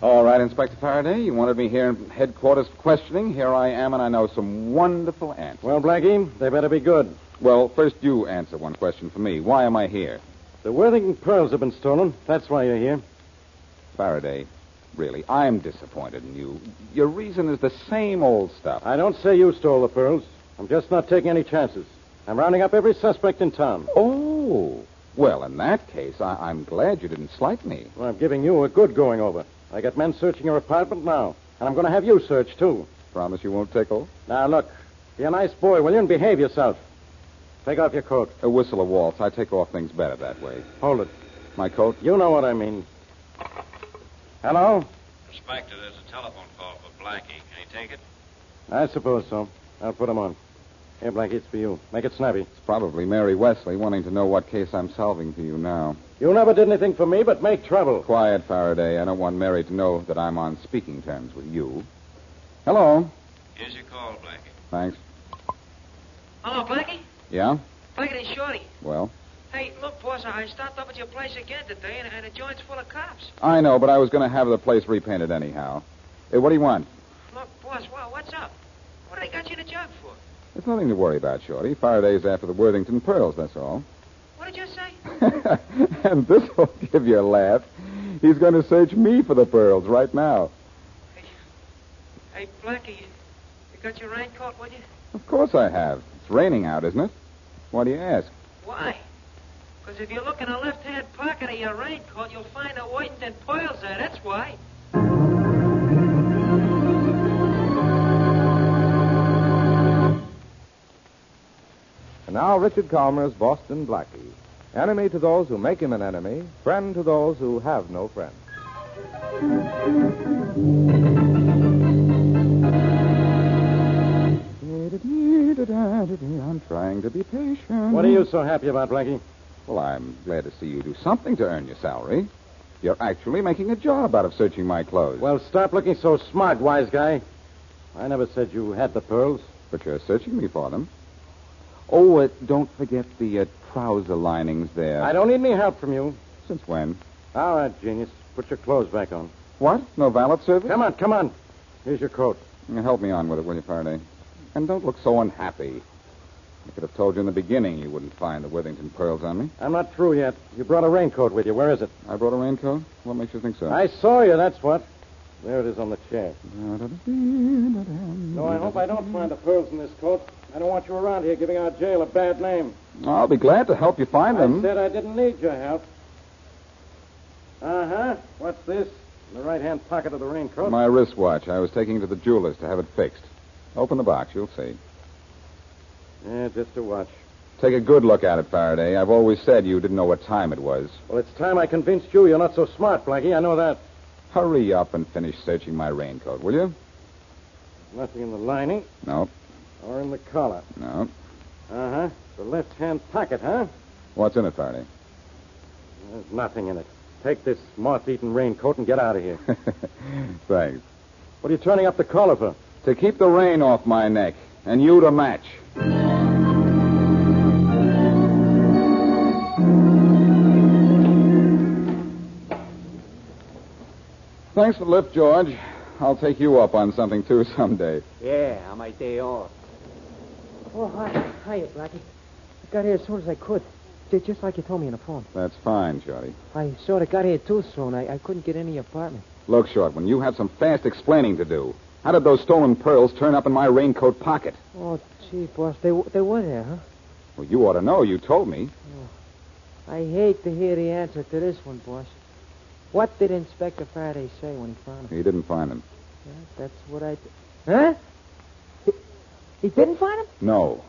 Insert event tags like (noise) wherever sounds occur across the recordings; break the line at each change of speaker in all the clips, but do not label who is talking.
All right, Inspector Faraday, you wanted me here in headquarters for questioning. Here I am, and I know some wonderful answers.
Well, Blackie, they better be good.
Well, first you answer one question for me. Why am I here?
The Worthington pearls have been stolen. That's why you're here.
Faraday, really, I'm disappointed in you. Your reason is the same old stuff.
I don't say you stole the pearls. I'm just not taking any chances. I'm rounding up every suspect in town.
Oh. Well, in that case, I- I'm glad you didn't slight me.
Well, I'm giving you a good going over. I got men searching your apartment now, and I'm going to have you searched, too.
Promise you won't tickle?
Now, look, be a nice boy, will you, and behave yourself. Take off your coat.
A whistle a waltz. I take off things better that way.
Hold it.
My coat?
You know what I mean. Hello?
Inspector, there's a telephone call for Blackie. Can you take it?
I suppose so. I'll put 'em on. Here, Blackie, it's for you. Make it snappy.
It's probably Mary Wesley wanting to know what case I'm solving for you now.
You never did anything for me but make trouble.
Quiet, Faraday. I don't want Mary to know that I'm on speaking terms with you. Hello.
Here's your call, Blackie.
Thanks.
Hello, Blackie.
Yeah?
Blackie, it's Shorty.
Well?
Hey, look, boss, I stopped up at your place again today, and, and the joint's full of cops.
I know, but I was going to have the place repainted anyhow. Hey, what do you want?
Look, boss, well, what's up? What do they got you in the job for?
It's nothing to worry about, Shorty. Faraday's after the Worthington pearls, that's all. (laughs)
What did you say?
and this will give you a laugh. He's going to search me for the pearls right now.
hey, hey, Blackie, you, you got your raincoat with you?
Of course I have. It's raining out, isn't it? Why do you ask?
Why? Because if you look in the left-hand pocket of your raincoat, you'll find a Worthington pearls there. That's why.
And now Richard Calmer's Boston Blackie. Enemy to those who make him an enemy, friend to those who have no friend.
I'm trying to be patient.
What are you so happy about, Blackie?
Well, I'm glad to see you do something to earn your salary. You're actually making a job out of searching my clothes.
Well, stop looking so smart, wise guy. I never said you had the pearls.
but you're searching me for them. Oh, uh, don't forget the uh, trouser linings there.
I don't need any help from you.
Since when?
All right, genius. Put your clothes back on.
What? No valet service?
Come on, come on. Here's your coat.
Yeah, Help me on with it, will you, Faraday? And don't look so unhappy. I could have told you in the beginning you wouldn't find the Worthington pearls on me.
I'm not through yet. You brought a raincoat with you. Where is it?
I brought a raincoat. What makes you think so?
I saw you, that's what. There it is on the chair. No,
No,
I hope I don't find the pearls in this coat. I don't want you around here giving our jail a bad name.
I'll be glad to help you find
I
them.
said I didn't need your help. Uh huh. What's this? In the right hand pocket of the raincoat.
My wristwatch. I was taking it to the jeweler's to have it fixed. Open the box. You'll see.
Yeah, just a watch.
Take a good look at it, Faraday. I've always said you didn't know what time it was.
Well, it's time I convinced you you're not so smart, Blackie. I know that.
Hurry up and finish searching my raincoat, will you?
Nothing in the lining
No,
or in the collar.
no.
Uh huh. The left hand pocket, huh?
What's in it, Faraday? (laughs)
There's nothing in it. Take this moth eaten raincoat and get out (laughs) of here.
Thanks.
what are you turning up the collar for?
To keep the rain off my neck, and you to match. Thanks for the lift, George. I'll take you up on something, too, (laughs) someday.
Yeah, on my day off.
Oh, hi. Hiya, Blackie. I got here as soon as I could.
Just like you told me on the phone.
That's fine, Shorty.
I sort of got here too soon. I, I couldn't get any apartment.
Look, Short, when you have some fast explaining to do. How did those stolen pearls turn up in my raincoat pocket?
Oh, gee, boss, they, w- they were there, huh?
Well, you ought to know. You told me.
I hate to hear the answer to this one, boss. What did Inspector Faraday say when he found him?
You didn't find them.
Yeah, that's what I. d- Huh? He, he didn't find him?
No.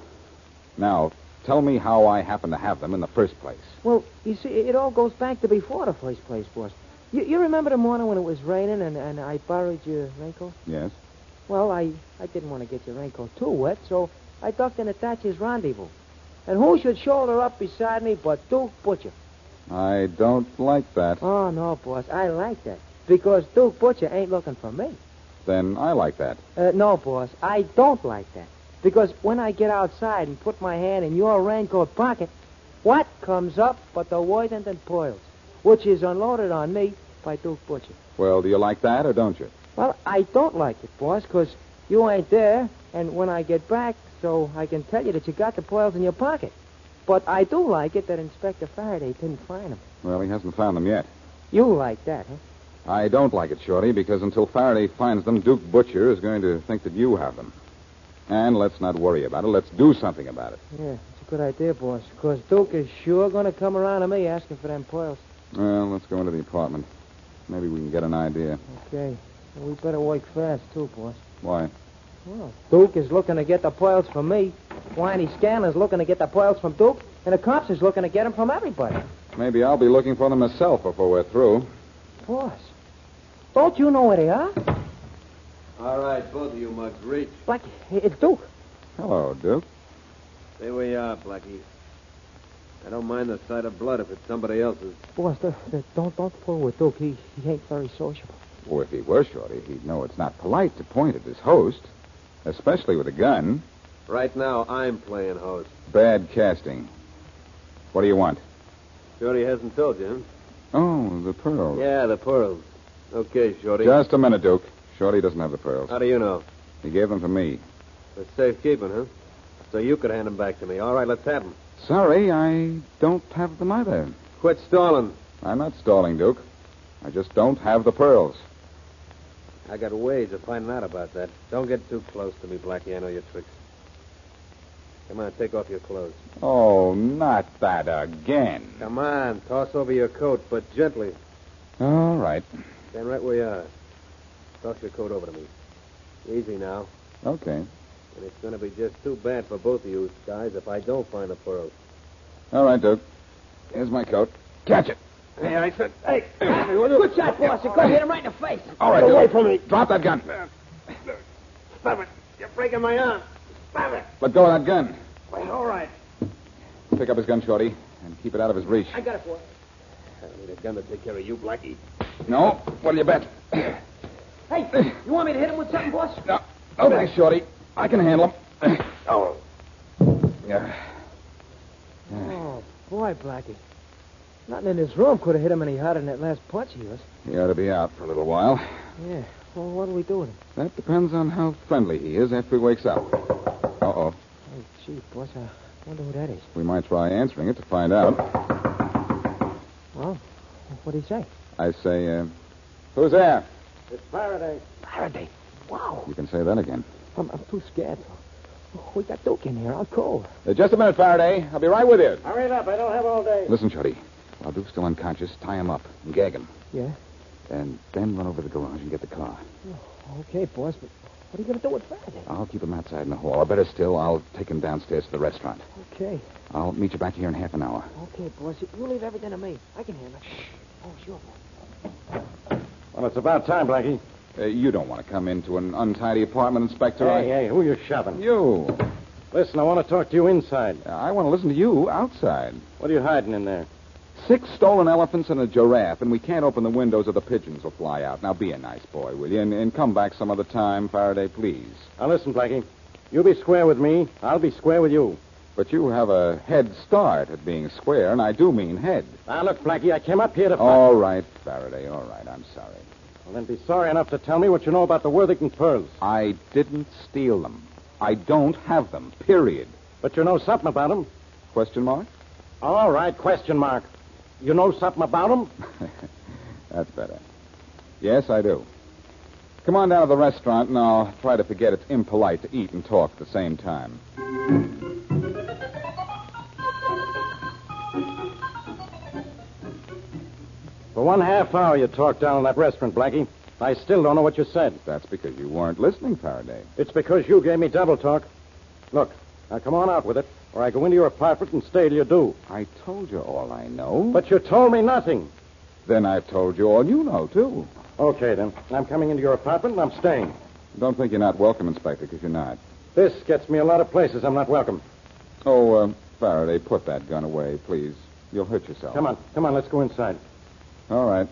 Now, tell me how I happened to have them in the first place.
Well, you see, it all goes back to before the first place, boss. You, you remember the morning when it was raining and, and I borrowed your raincoat?
Yes?
Well, I, I didn't want to get your raincoat too wet, so I ducked in at Thatcher's rendezvous. And who should shoulder up beside me but Duke Butcher?
I don't like that.
Oh, no, boss. I like that. Because Duke Butcher ain't looking for me.
Then I like that.
Uh, no, boss. I don't like that. Because when I get outside and put my hand in your raincoat pocket, what comes up but the Worthington Poils, which is unloaded on me by Duke Butcher?
Well, do you like that or don't you?
Well, I don't like it, boss, 'cause you ain't there, and when I get back, so I can tell you that you got the Poils in your pocket. But I do like it that Inspector Faraday didn't find 'em.
Well, he hasn't found them yet.
You like that, huh?
I don't like it, Shorty, because until Faraday finds them, Duke Butcher is going to think that you have them. And let's not worry about it. Let's do something about it.
Yeah, it's a good idea, boss. 'Cause Duke is sure going to come around to me asking for them pearls.
Well, let's go into the apartment. Maybe we can get an idea.
Okay. Well, we better work fast, too, boss.
Why?
Well, Duke is looking to get the pearls from me. Whiny Scanlon's looking to get the pearls from Duke. And the cops is looking to get 'em from everybody.
Maybe I'll be looking for them myself before we're through.
Boss, don't you know where they are?
All right, both of you mugs, reach.
Blackie, it's Duke.
Hello, Duke.
Stay where you are, Blackie. I don't mind the sight of blood if it's somebody else's.
Boss, don't, don't, don't fool with Duke. He, he ain't very sociable.
Oh, if he were, Shorty, he'd know it's not polite to point at his host, especially with a gun.
Right now, I'm playing host.
Bad casting. What do you want?
Shorty hasn't told you,
Oh, the
huh?
pearls.
Yeah, the pearls. Okay, Shorty.
Just a minute, Duke. Shorty doesn't have the pearls.
How do you know?
He gave them to me.
For safekeeping, huh? So you could hand them back to me. All right, let's have them.
Sorry, I don't have them either.
Quit stalling.
I'm not stalling, Duke. I just don't have the pearls.
I got ways of finding out about that. Don't get too close to me, Blackie. I know your tricks. Come on, take off your clothes.
Oh, not that again.
Come on, toss over your coat, but gently.
All right.
Stand right where you are. Toss your coat over to me. Easy now.
Okay.
And it's going to be just too bad for both of you guys if I don't find the pearls.
All right, Duke. Here's my coat. Catch it.
Hey, I said. Hey!
Good shot, boss. You could hit him right in the face.
All right, Get away from me. Drop that gun.
Stop it! You're breaking my arm. Stop it!
Let go of that gun.
Wait, all right.
Pick up his gun, Shorty, and keep it out of his reach.
got it, boss.
I need a gun to take care of you, Blackie.
No? What'll you bet?
Hey, you want me to hit him with something, boss?
No. No thanks, Shorty. I can handle him.
(clears throat) Oh.
Yeah.
Oh, boy, Blackie. Nothing in this room could have hit him any harder than that last punch of yours.
He ought to be out for a little while.
Yeah. Well, what do we do with him?
That depends on how friendly he is after he wakes up.
Oh,
Uh-oh.
gee, boss, I wonder who that is.
We might try answering it to find out.
Well, what'd he say?
I say, uh, who's there?
It's Faraday.
Faraday. Wow.
You can say that again.
I'm, I'm too scared. We got Duke in here. I'll call.
Uh, just a minute, Faraday. I'll be right with you.
Hurry it up. I don't have all day.
Listen, Shorty. While Duke's still unconscious, tie him up and gag him.
Yeah?
And then run over to the garage and get the car.
Okay, boss, but what are you going to do with Faraday?
I'll keep him outside in the hall. Or better still, I'll take him downstairs to the restaurant.
Okay.
I'll meet you back here in half an hour.
Okay, boss. You leave everything to me. I can handle it. Oh, sure, boss.
Well, it's about time, Blackie.
Uh, you don't want to come into an untidy apartment, Inspector. I...
Hey, hey, who you shoving?
You.
Listen, I want to talk to you inside.
Uh, I want to listen to you outside.
What are you hiding in there?
Six stolen elephants and a giraffe, and we can't open the windows or the pigeons will fly out. Now, be a nice boy, will you? And, and come back some other time, Faraday, please.
Now, listen, Blackie. You be square with me, I'll be square with you.
But you have a head start at being square, and I do mean head.
Now, look, Blackie, I came up here to.
All right, Faraday, all right, I'm sorry.
Well, then be sorry enough to tell me what you know about the Worthington pearls.
I didn't steal them. I don't have them, period.
But you know something about them.
Question mark?
All right, question mark. You know something about them?
That's better. Yes, I do. Come on down to the restaurant, and I'll try to forget it's impolite to eat and talk at the same time.
For one half hour you talked down in that restaurant, Blackie. I still don't know what you said.
That's because you weren't listening, Faraday.
It's because you gave me double talk. Look, now come on out with it, or I go into your apartment and stay till you do.
I told you all I know.
But you told me nothing.
then I've told you all you know, too.
Okay, then. I'm coming into your apartment and I'm staying.
Don't think you're not welcome, Inspector, because you're not.
This gets me a lot of places I'm not welcome.
Oh, uh, Faraday, put that gun away, please. You'll hurt yourself.
Come on, come on, let's go inside.
All right.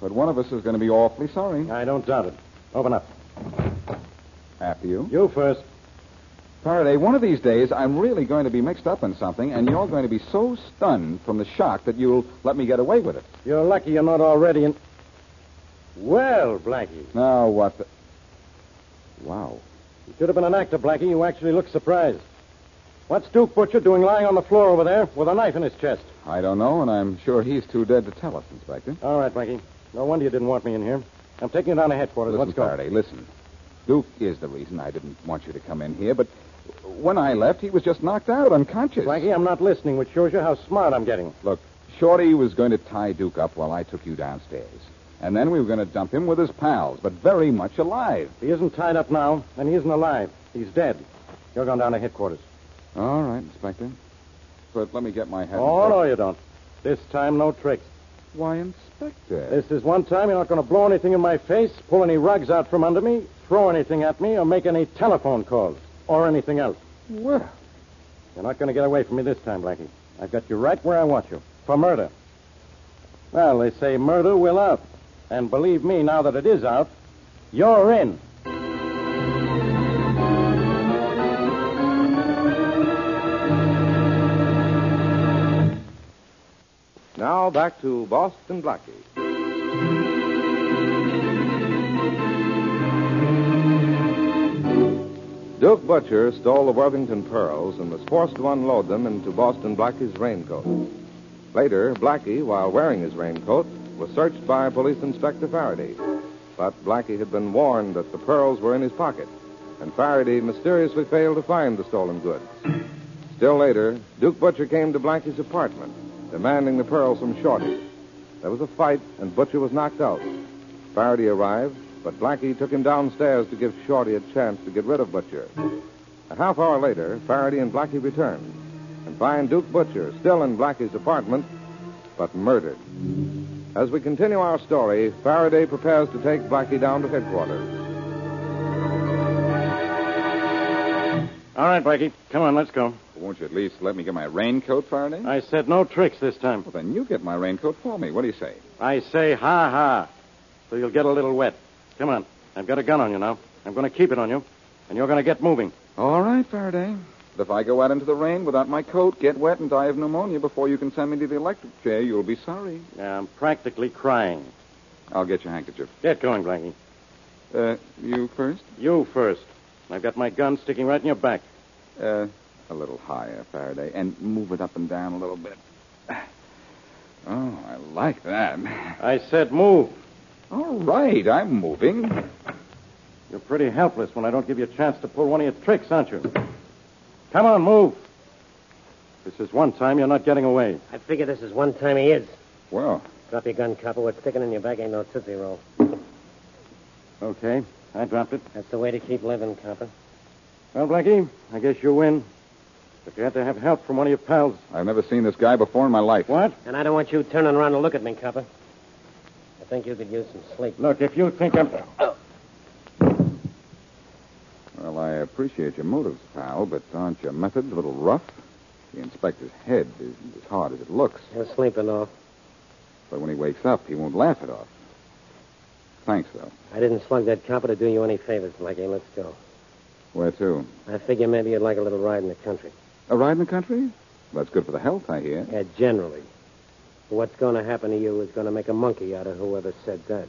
But one of us is going to be awfully sorry.
I don't doubt it. Open up.
After you.
You first.
Faraday, one of these days, I'm really going to be mixed up in something, and you're going to be so stunned from the shock that you'll let me get away with it.
You're lucky you're not already in. Well, Blackie,
Now, what the. Wow.
you should have been an actor, Blackie. You actually look surprised. What's Duke Butcher doing lying on the floor over there with a knife in his chest?
I don't know, and I'm sure he's too dead to tell us, Inspector.
All right, Blackie. No wonder you didn't want me in here. I'm taking you down to headquarters.
listen,
Let's go.
Faraday, listen. Duke is the reason I didn't want you to come in here, but when I left, he was just knocked out, unconscious.
Blackie, I'm not listening, which shows you how smart I'm getting.
Look, Shorty was going to tie Duke up while I took you downstairs. And then we were going to dump him with his pals, but very much alive.
He isn't tied up now, and he isn't alive. He's dead. You're going down to headquarters.
All right, Inspector. But let me get my head.
Oh, no, you don't. This time, no tricks.
Why, Inspector?
This is one time you're not going to blow anything in my face, pull any rugs out from under me, throw anything at me, or make any telephone calls, or anything else.
Well,
You're not going to get away from me this time, Blackie. I've got you right where I want you for murder. Well, they say murder will out. And believe me, now that it is out, you're in.
Now back to Boston Blackie. Duke Butcher stole the Worthington pearls and was forced to unload them into Boston Blackie's raincoat. Later, Blackie, while wearing his raincoat, was searched by Police Inspector Faraday. But Blackie had been warned that the pearls were in his pocket, and Faraday mysteriously failed to find the stolen goods. Still later, Duke Butcher came to Blackie's apartment, demanding the pearls from Shorty. There was a fight, and Butcher was knocked out. Faraday arrived, but Blackie took him downstairs to give Shorty a chance to get rid of Butcher. A half hour later, Faraday and Blackie returned and find Duke Butcher still in Blackie's apartment, but murdered. As we continue our story, Faraday prepares to take Blackie down to headquarters.
All right, Blackie. Come on, let's go.
won't you at least let me get my raincoat, Faraday?
I said no tricks this time.
Well, then you get my raincoat for me. What do you say?
I say ha ha. So you'll get a little wet. Come on. I've got a gun on you now. I'm going to keep it on you, and you're going to get moving.
All right, Faraday. But if I go out into the rain without my coat, get wet, and die of pneumonia before you can send me to the electric chair, you'll be sorry.
I'm practically crying.
I'll get your handkerchief.
Get going, Blackie.
Uh, you first?
You first. I've got my gun sticking right in your back.
Uh, a little higher, Faraday, and move it up and down a little bit. (sighs) Oh, I like that. (laughs)
I said move.
All right, I'm moving.
You're pretty helpless when I don't give you a chance to pull one of your tricks, aren't you? Come on, move. This is one time you're not getting away.
I figure this is one time he is.
Well,
Drop your gun, copper. What's sticking in your back ain't no tootsie roll.
Okay, I dropped it.
That's the way to keep living, copper.
Well, Blackie, I guess you win. But you had to have help from one of your pals.
I've never seen this guy before in my life.
What?
And I don't want you turning around to look at me, copper. I think you could use some sleep.
Look, if you think I'm.
Well, I appreciate your motives, pal, but aren't your methods a little rough? The inspector's head isn't as hard as it looks,
You're sleeping off.
but when he wakes up, he won't laugh it off. Thanks, though.
I didn't slug that copper to do you any favors, Blackie. Let's go.
Where to?
I figure maybe you'd like a little ride in the country.
A ride in the country? That's good for the health, I hear.
Yeah, generally. What's going to happen to you is going to make a monkey out of whoever said that.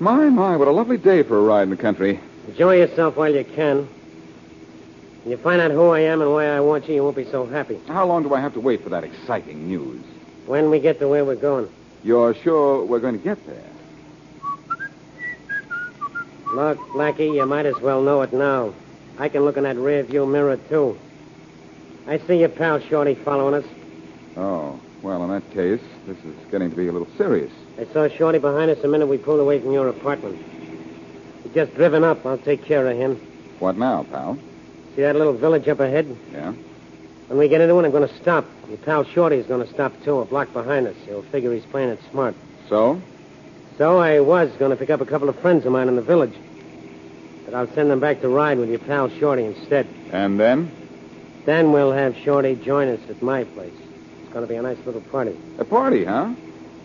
My, my, what a lovely day for a ride in the country.
Enjoy yourself while you can. When you find out who I am and why I want you, you won't be so happy.
How long do I have to wait for that exciting news?
When we get to where we're going.
You're sure we're going to get there?
Look, Blackie, you might as well know it now. I can look in that rearview mirror, too. I see your pal Shorty following us.
Oh, well, in that case, this is getting to be a little serious.
I saw Shorty behind us the minute we pulled away from your apartment. He just driven up. I'll take care of him.
What now, pal?
See that little village up ahead?
Yeah?
When we get into it, I'm going to stop. Your pal Shorty's going to stop, too, a block behind us. He'll figure he's playing it smart.
So?
So I was going to pick up a couple of friends of mine in the village. But I'll send them back to ride with your pal Shorty instead.
And then?
Then we'll have Shorty join us at my place. It's going to be a nice little party.
A party, huh?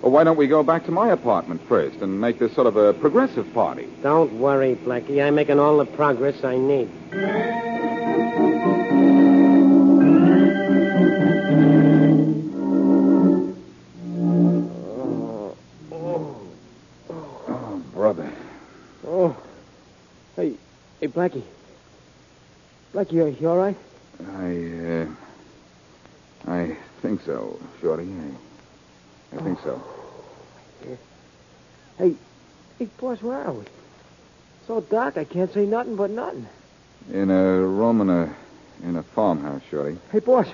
Well, why don't we go back to my apartment first and make this sort of a progressive party?
Don't worry, Blackie. I'm making all the progress I need.
Brother.
Oh. Hey, hey, Blackie. Blackie, you, you all right?
I, uh. I think so, Shorty. I, I think so.
Hey, hey, boss, where are we? So dark, I can't say nothing but nothing.
In a room in a. in a farmhouse, Shorty.
Hey, boss,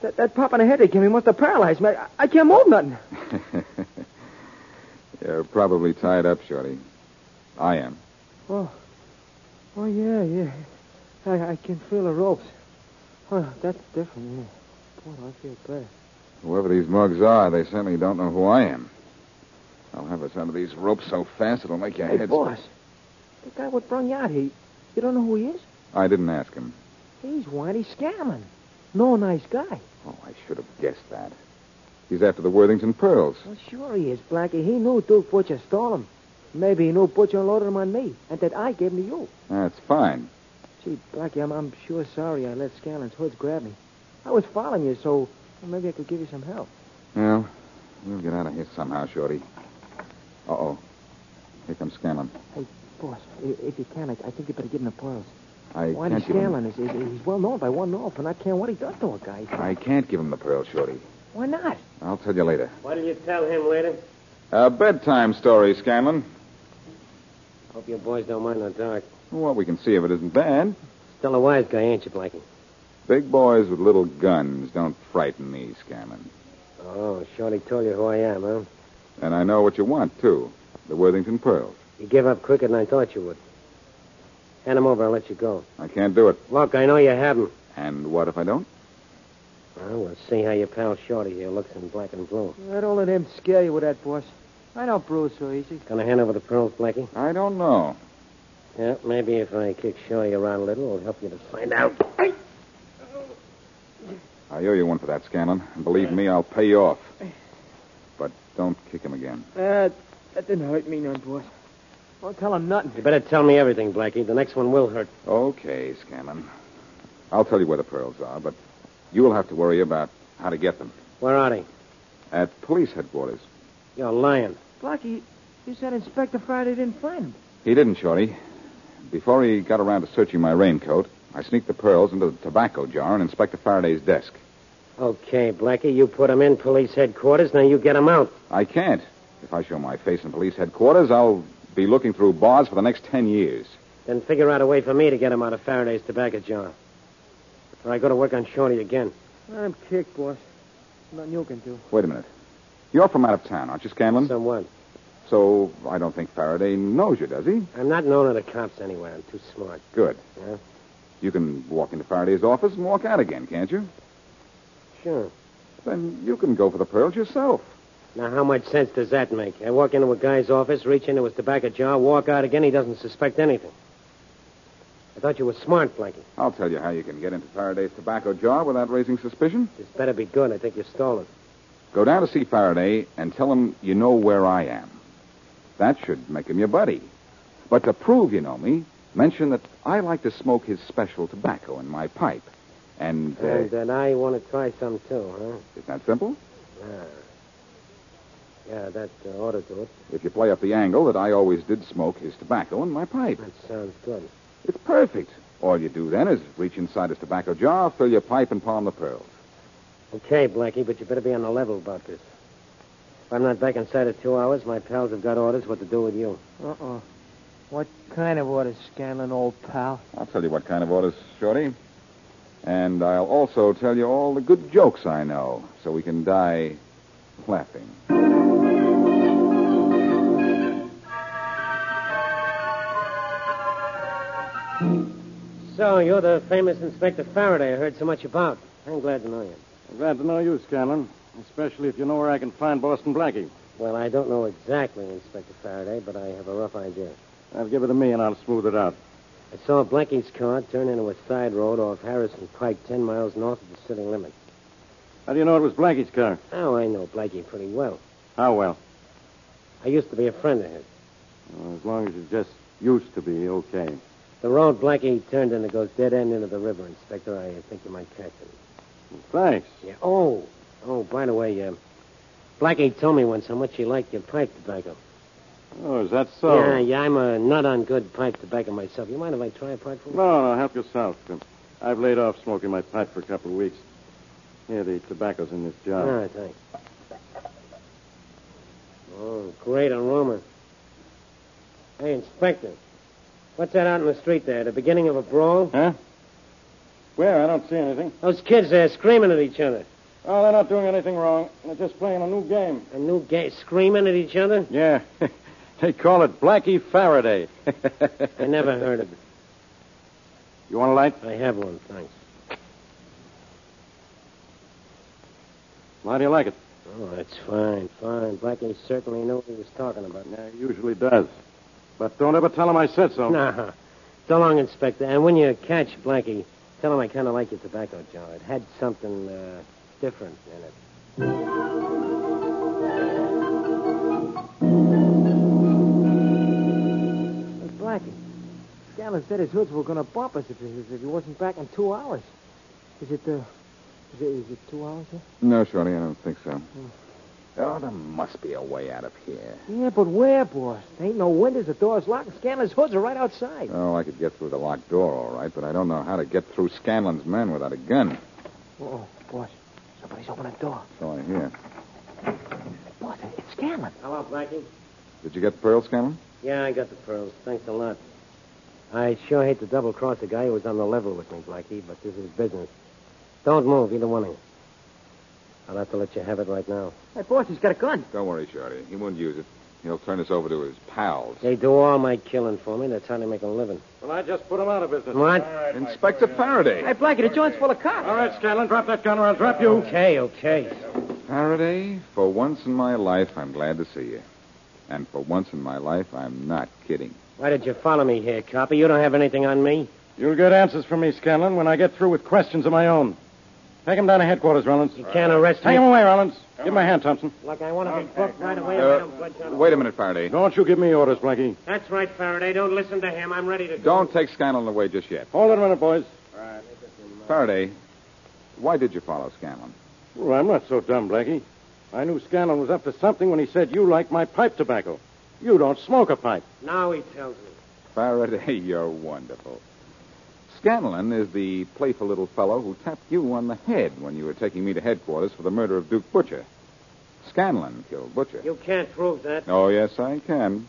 that, that pop in the head they gave me must have paralyzed me. I, I can't move nothing.
You're probably tied up, Shorty. I am.
Oh, oh yeah, yeah. I, I can feel the ropes. Oh, that's different, yeah. Boy, do I feel bad.
Whoever these mugs are, they certainly don't know who I am. I'll have us under these ropes so fast it'll make your
hey,
head.
boss. The guy what brung you out here, you don't know who he is?
I didn't ask him.
He's whiny scamming. No nice guy.
Oh, I should have guessed that. He's after the Worthington pearls.
Well, sure he is, Blackie. He knew Duke Butcher stole 'em. Maybe he knew Butcher unloaded 'em on me, and that I gave 'em to you.
That's fine.
Gee, Blackie, I'm, I'm sure sorry I let Scanlon's hoods grab me. I was following you, so maybe I could give you some help.
Well, we'll get out of here somehow, Shorty. Uh oh. Here comes Scanlon.
Hey, boss, i- if you can, I, I think you better give him the pearls.
I
Whitey
can't give him.
Scanlon is, is, he's well known by one off, and I can't what he does to a guy.
I can't give him the pearls, Shorty.
Why not?
I'll tell you later.
What'll you tell him later?
A bedtime story, Scanlon.
Hope you boys don't mind the dark.
Well, we can see if it isn't bad.
Still a wise guy, ain't you, Blackie?
Big boys with little guns don't frighten me, Scanlon.
Oh, Shorty told you who I am, huh?
And I know what you want, too. The Worthington pearls.
You give up quicker than I thought you would. Hand 'em over. I'll let you go.
I can't do it.
Look, I know you have 'em.
And what if I don't?
Well, we'll see how your pal Shorty here looks in black and blue.
Well, don't let him scare you with that, boss. I don't bruise so easy.
Gonna hand over the pearls, Blackie?
I don't know.
Yeah, maybe if I kick Shorty around a little, it'll help you to find out.
I owe you one for that, Scanlon. And believe me, I'll pay you off. But don't kick him again.
Uh, that didn't hurt me none, boss. Don't tell him nothing.
You better tell me everything, Blackie. The next one will hurt.
Okay, Scanlon. I'll tell you where the pearls are, but you'll have to worry about how to get them.
Where are they?
At police headquarters.
You're lying.
Blackie, you said Inspector Friday didn't find him.
He didn't, Shorty. Before he got around to searching my raincoat, I sneaked the pearls into the tobacco jar in Inspector Faraday's desk.
Okay, Blackie, you put 'em in police headquarters. Now you get 'em out.
I can't. If I show my face in police headquarters, I'll be looking through bars for the next ten years.
Then figure out a way for me to get him out of Faraday's tobacco jar. Before I go to work on Shorty again.
I'm kicked, boss. Nothing you can do.
Wait a minute. You're from out of town, aren't you, Scanlon?
Somewhat.
So I don't think Faraday knows you, does he?
I'm not known to the cops anywhere. I'm too smart.
Good.
Yeah?
You can walk into Faraday's office and walk out again, can't you?
Sure.
Then you can go for the pearls yourself.
Now, how much sense does that make? I walk into a guy's office, reach into his tobacco jar, walk out again, he doesn't suspect anything. I thought you were smart, Blackie.
I'll tell you how you can get into Faraday's tobacco jar without raising suspicion.
This better be good. I think you stole it.
Go down to see Faraday and tell him you know where I am. That should make him your buddy. But to prove you know me, mention that I like to smoke his special tobacco in my pipe. And, uh,
And then I want to try some, too, huh?
isn't that simple?
Ah. Yeah, that uh, ought to do it.
If you play up the angle that I always did smoke his tobacco in my pipe,
That sounds good.
it's perfect. All you do then is reach inside his tobacco jar, fill your pipe, and palm the pearls.
Okay, Blackie, but you better be on the level about this. If I'm not back inside of two hours, my pals have got orders what to do with you.
Uh-uh. What kind of orders, Scanlon, old pal?
I'll tell you what kind of orders, Shorty. And I'll also tell you all the good jokes I know, so we can die laughing.
So, you're the famous Inspector Faraday I heard so much about. I'm glad to know you.
I'm glad to know you, Scanlon, especially if you know where I can find Boston Blackie.
Well, I don't know exactly, Inspector Faraday, but I have a rough idea.
I'll give it to me and I'll smooth it out.
I saw Blackie's car turn into a side road off Harrison Pike, ten miles north of the city limit.
How do you know it was Blackie's car?
Now I know Blackie pretty well.
How well?
I used to be a friend of his.
Well, as long as you just used to be okay.
The road Blackie turned into goes dead end into the river, Inspector. I think you might catch him.
Thanks.
Yeah. Oh, oh, by the way, uh, Blackie told me once how much he liked your pipe tobacco.
Oh, is that so?
Yeah, yeah, I'm a nut on good pipe tobacco myself. You mind if I try a pipe for you?
No, no, help yourself. I've laid off smoking my pipe for a couple of weeks. Here, the tobacco's in this jar.
No, thanks. Oh, great aroma. Hey, Inspector, what's that out in the street there? The beginning of a brawl?
Huh? Where? I don't see anything.
Those kids there screaming at each other.
Oh, they're not doing anything wrong. They're just playing a new game.
A new game? Screaming at each other?
Yeah. (laughs) they call it Blackie Faraday. (laughs)
I never heard of it.
You want a light?
I have one, thanks.
Well, how do you like it?
Oh, that's fine, fine. Blackie certainly knew what he was talking about.
Yeah, he usually does. But don't ever tell him I said
(laughs)
so.
Nah. So long, Inspector. And when you catch Blackie, tell him I kind of like your tobacco jar. It had something uh, different in it.
Hey, Blackie, Scanlon said his hoods were going to bump us if, if he wasn't back in two hours. Is it, uh, is it, is it two hours yet?
(laughs) No, Shorty, I don't think so. Oh, there must be a way out of here.
Yeah, but where, boss? There ain't no windows, the door's locked, and Scanlon's hoods are right outside.
Oh, I could get through the locked door, all right, but I don't know how to get through Scanlon's men without a gun.
Uh-oh, boss, somebody's opening the door.
So I hear.
Boss, it's Scanlon.
Hello, Blackie.
Did you get the pearl, Scanlon?
Yeah, I got the pearls. Thanks a lot. I sure hate to double cross a guy who was on the level with me, Blackie, but this is business. Don't move, either one of you. I'll have to let you have it right now.
Hey, boss, he's got a gun.
Don't worry, Shorty. He won't use it. He'll turn us over to his pals.
They do all my killing for me. That's how they make a living.
Well, I just put him out of business.
What?
Inspector Faraday.
Hey, Blackie, the joint's full of cops.
All right, Scanlon, drop that gun or I'll drop you.
Okay, okay.
Faraday, for once in my life, I'm glad to see you. And for once in my life, I'm not kidding.
Why did you follow me here, copper? You don't have anything on me.
You'll get answers from me, Scanlon, when I get through with questions of my own. Take him down to headquarters, Rollins.
You can't arrest
Take
me.
him away, Rollins. Give him a hand, Thompson.
Look, I want to be booked right away.
Uh,
I don't budge out.
Wait a minute, Faraday.
Don't you give me orders, Blackie.
That's right, Faraday. Don't listen to him. I'm ready to go.
Don't take Scanlon away just yet.
Hold it a minute, boys.
Faraday, why did you follow Scanlon?
Well, I'm not so dumb, Blackie. I knew Scanlon was up to something when he said you like my pipe tobacco. You don't smoke a pipe.
Now he tells me.
Faraday, (laughs) you're wonderful. Scanlon is the playful little fellow who tapped you on the head when you were taking me to headquarters for the murder of Duke Butcher. Scanlon killed Butcher.
You can't prove that.
Oh, yes, I can.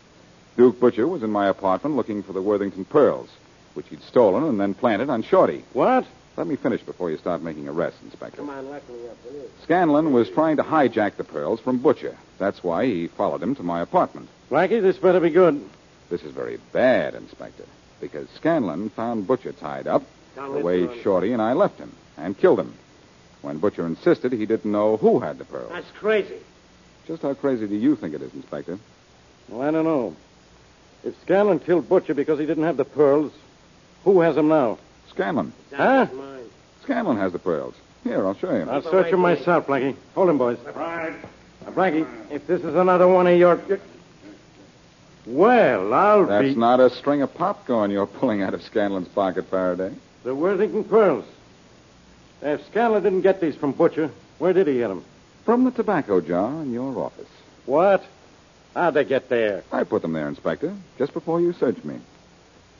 Duke Butcher was in my apartment looking for the Worthington pearls, which he'd stolen and then planted on Shorty.
What?
Let me finish before you start making arrests, Inspector.
Come on, lock me up, will you?
Scanlon was trying to hijack the pearls from Butcher. That's why he followed him to my apartment.
Blackie, this better be good.
This is very bad, Inspector, because Scanlon found Butcher tied up the way Shorty and I left him and killed him. When Butcher insisted he didn't know who had the pearls.
That's crazy.
Just how crazy do you think it is, Inspector?
Well, I don't know. If Scanlon killed Butcher because he didn't have the pearls, who has them now?
Scanlon.
Huh?
Scanlon has the pearls. Here, I'll show you.
I'll search him myself, Blackie. Hold him, boys. Right. Blackie, if this is another one of your. Well, I'll
That's
be.
not a string of popcorn you're pulling out of Scanlon's pocket, Faraday.
The Worthington pearls. If Scanlon didn't get these from Butcher, where did he get them?
From the tobacco jar in your office.
What? How'd they get there?
I put them there, Inspector, just before you searched me.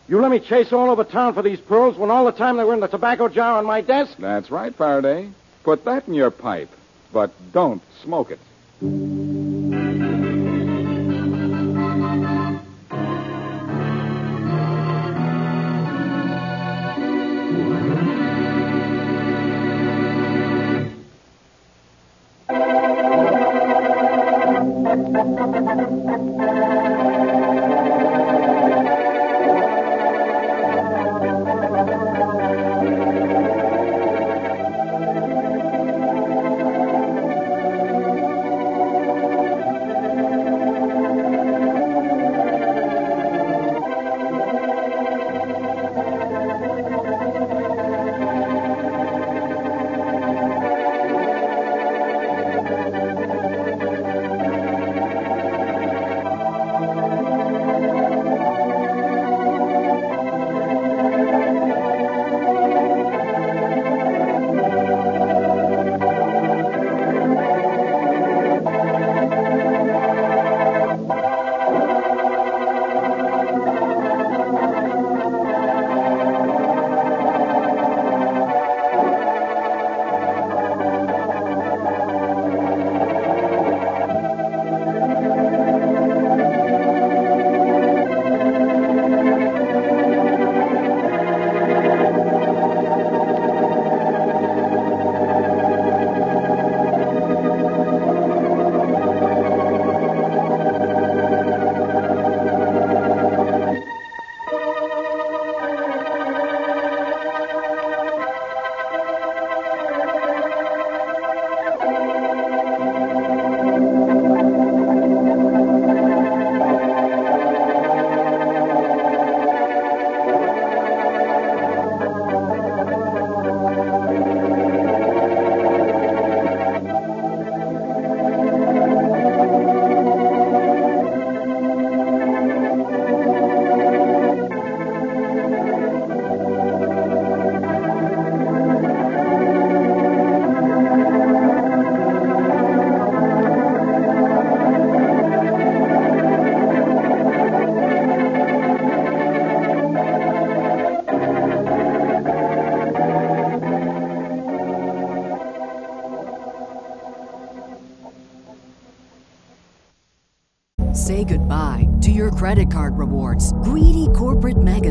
You let me chase all over town for these pearls when all the time they were in the tobacco jar on my desk?
That's right, Faraday. Put that in your pipe, but don't smoke it.
Say goodbye to your credit card rewards. Greedy corporate mega